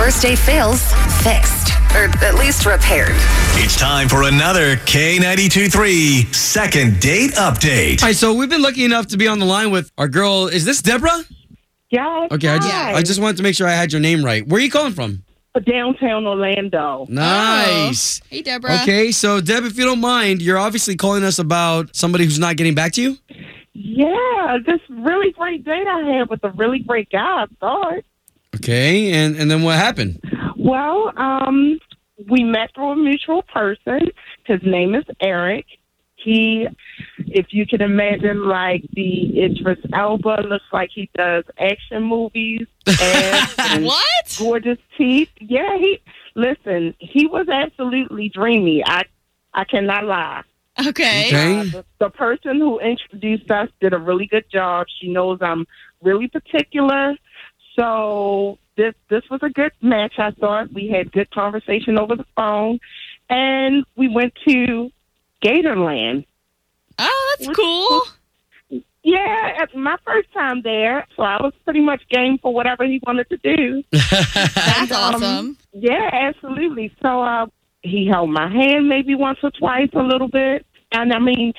First day fails, fixed, or at least repaired. It's time for another K92 second date update. All right, so we've been lucky enough to be on the line with our girl. Is this Deborah? Yes. Okay, I just, hi. I just wanted to make sure I had your name right. Where are you calling from? downtown Orlando. Nice. Hey, Deborah. Okay, so Deb, if you don't mind, you're obviously calling us about somebody who's not getting back to you. Yeah, this really great date I had with a really great guy. I thought. Okay, and and then what happened? Well, um, we met through a mutual person. His name is Eric. He, if you can imagine, like the Idris Elba looks like he does action movies. ass, And What? gorgeous teeth. Yeah, he. Listen, he was absolutely dreamy. I, I cannot lie. Okay. Okay. Uh, the, the person who introduced us did a really good job. She knows I'm really particular, so this this was a good match. I thought we had good conversation over the phone, and we went to Gatorland. Oh, that's cool. Yeah, it's my first time there, so I was pretty much game for whatever he wanted to do. That's um, awesome. Yeah, absolutely. So uh, he held my hand maybe once or twice, a little bit. And I mean,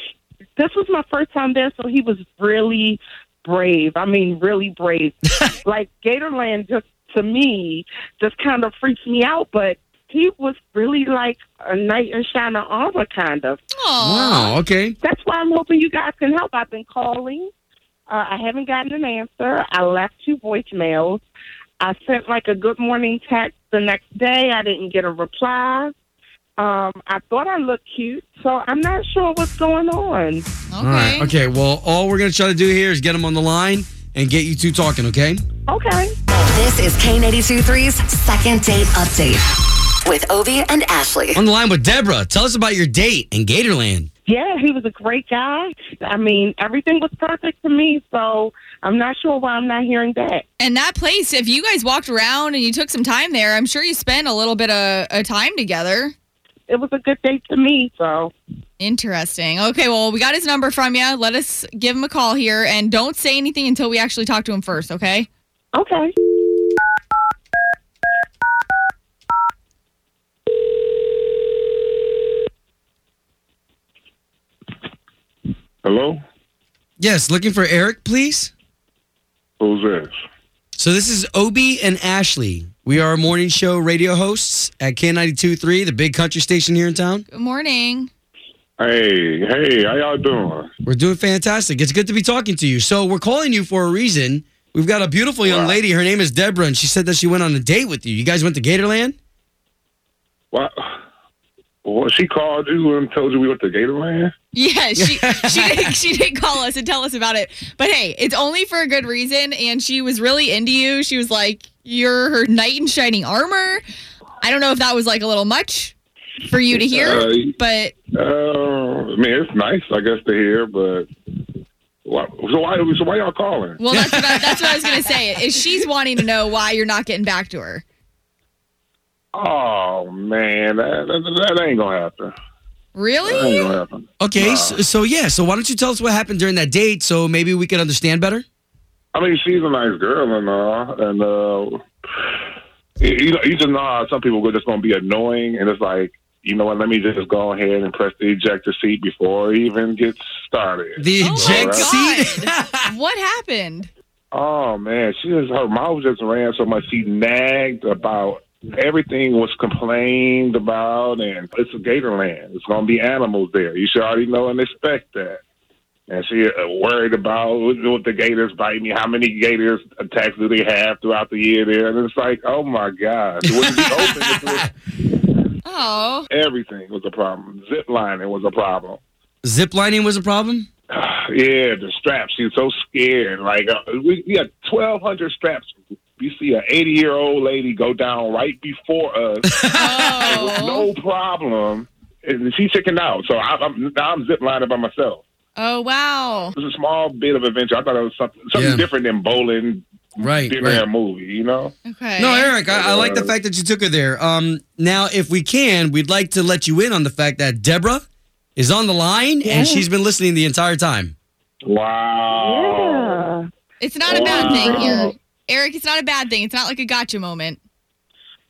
this was my first time there, so he was really brave. I mean, really brave. like Gatorland, just to me, just kind of freaks me out, but. He was really like a knight in shining armor, kind of. Aw. Wow. Okay. That's why I'm hoping you guys can help. I've been calling. Uh, I haven't gotten an answer. I left two voicemails. I sent like a good morning text the next day. I didn't get a reply. Um, I thought I looked cute, so I'm not sure what's going on. All right. Okay. Well, all we're gonna try to do here is get them on the line and get you two talking. Okay. Okay. This is K92.3's second date update with Ovi and Ashley. On the line with Deborah. Tell us about your date in Gatorland. Yeah, he was a great guy. I mean, everything was perfect to me, so I'm not sure why I'm not hearing back. And that place, if you guys walked around and you took some time there, I'm sure you spent a little bit of, of time together. It was a good date to me, so Interesting. Okay, well, we got his number from you. Let us give him a call here and don't say anything until we actually talk to him first, okay? okay. Hello? Yes. Looking for Eric, please. Who's this? So this is Obi and Ashley. We are morning show radio hosts at K92.3, the big country station here in town. Good morning. Hey, hey, how y'all doing? We're doing fantastic. It's good to be talking to you. So we're calling you for a reason. We've got a beautiful young Wow. lady. Her name is Deborah, and she said that she went on a date with you. You guys went to Gatorland? What? Well, she called you and told you we went to Gatorland? Yeah, she she did, she did call us and tell us about it. But hey, it's only for a good reason. And she was really into you. She was like, "You're her knight in shining armor." I don't know if that was like a little much for you to hear, Uh, but uh, I mean, it's nice, I guess, to hear, but why, so why so why y'all calling? well, that's what I, that's what I was gonna say. Is she's wanting to know why you're not getting back to her? Oh, man, that, that, that ain't going to happen. That ain't Really? going to happen. Okay. So, so yeah. So why don't you tell us what happened during that date so maybe we can understand better? I mean, she's a nice girl and uh, and uh, e-, you, you know, you just know how uh, some people are just gonna be annoying, and it's like, you know what? Let me just go ahead and press the ejector seat before it even gets started. The Oh my eject seat. God. What happened? Oh man, she just her mouth just ran so much. She nagged about everything was complained about, and it's a Gatorland. It's gonna be animals there. You should already know and expect that. And she uh, worried about what the gators bite me. How many gators attacks do they have throughout the year there? And it's like, oh my gosh, it wouldn't be open. if it was- Oh, everything was a problem. Zip lining was a problem. Zip lining was a problem. Yeah, the straps. She's so scared. Like uh, we, we had twelve hundred straps. You see an eighty-year-old lady go down right before us, oh, no problem, and she chickened out. So I, I'm now I'm zip lining by myself. oh, wow. It was a small bit of adventure. I thought it was something, something Yeah. different than bowling, Right, dinner, right. and movie. You know? Okay. No, Eric, I, I like the fact that you took her there. Um, now, if we can, we'd like to let you in on the fact that Deborah is on the line and she's been listening the entire time. Wow. Yeah. It's not a bad thing Wow. here. Eric, it's not a bad thing. It's not like a gotcha moment.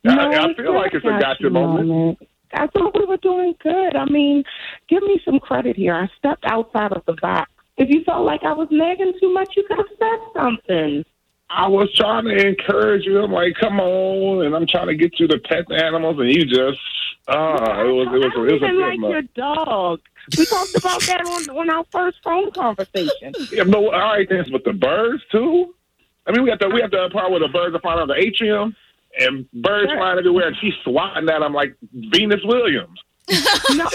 I, I feel like it's a gotcha moment. I thought we were doing good. I mean, give me some credit here. I stepped outside of the box. If you felt like I was nagging too much, you could have said something. I was trying to encourage you. I'm like, come on, and I'm trying to get you to pet the animals, and you just ah, it was it was I it was a even good like month. your dog. We talked about that on, on our first phone conversation. Yeah, but all right, then, but the birds too. I mean, we have to we have to part with the birds to find out the atrium and birds Sure. flying everywhere, and she's swatting that. I'm like Venus Williams. No,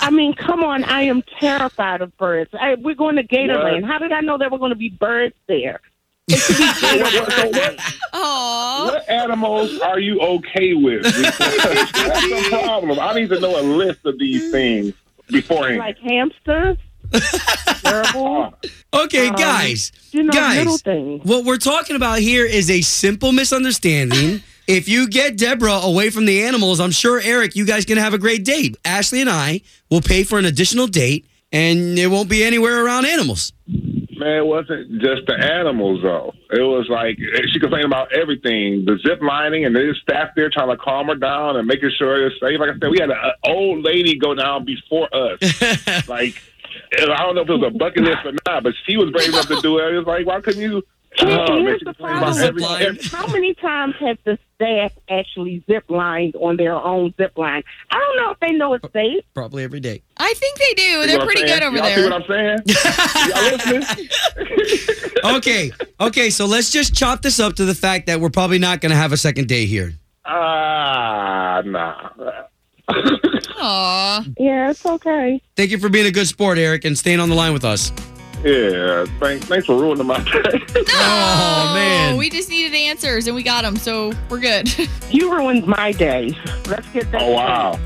I mean, come on. I am terrified of birds. I, we're going to Gatorland. How did I know there were going to be birds there? So what, what- so what, Aw. what animals are you okay with? Because That's the problem. I need to know a list of these things beforehand. Uh, Like hamsters, gerbils, Okay, Um, guys. you know, Guys. little things. What we're talking about here is a simple misunderstanding. if you get Deborah away from the animals, I'm sure, Eric, you guys can have a great date. Ashley and I will pay for an additional date, and it won't be anywhere around animals. Man, it wasn't just the animals though. It was like she complained about everything, the zip lining, and there's staff there trying to calm her down and making sure it's safe. Like I said, we had an old lady go down before us. like I don't know if it was a bucket list or not, but she was brave enough to do it. It was like, why couldn't you? Here- Oh, man, here's she the complained about problem. zip every- with line. every- that. How many times has the staff actually zip lined on their own zip line? I don't know if they know it's safe. Probably every day. I think they do. You know They're what pretty I'm good saying? over Y'all See there. what I'm saying? Y'all listening? Okay, okay, so let's just chop this up to the fact that we're probably not going to have a second date here. Ah, nah. Aw. Yeah, it's okay. Thank you for being a good sport, Eric, and staying on the line with us. Yeah, thanks, thanks for ruining my day. No. Oh, man. We just needed answers and we got them, so we're good. You ruined my day. Let's get that. Oh, wow.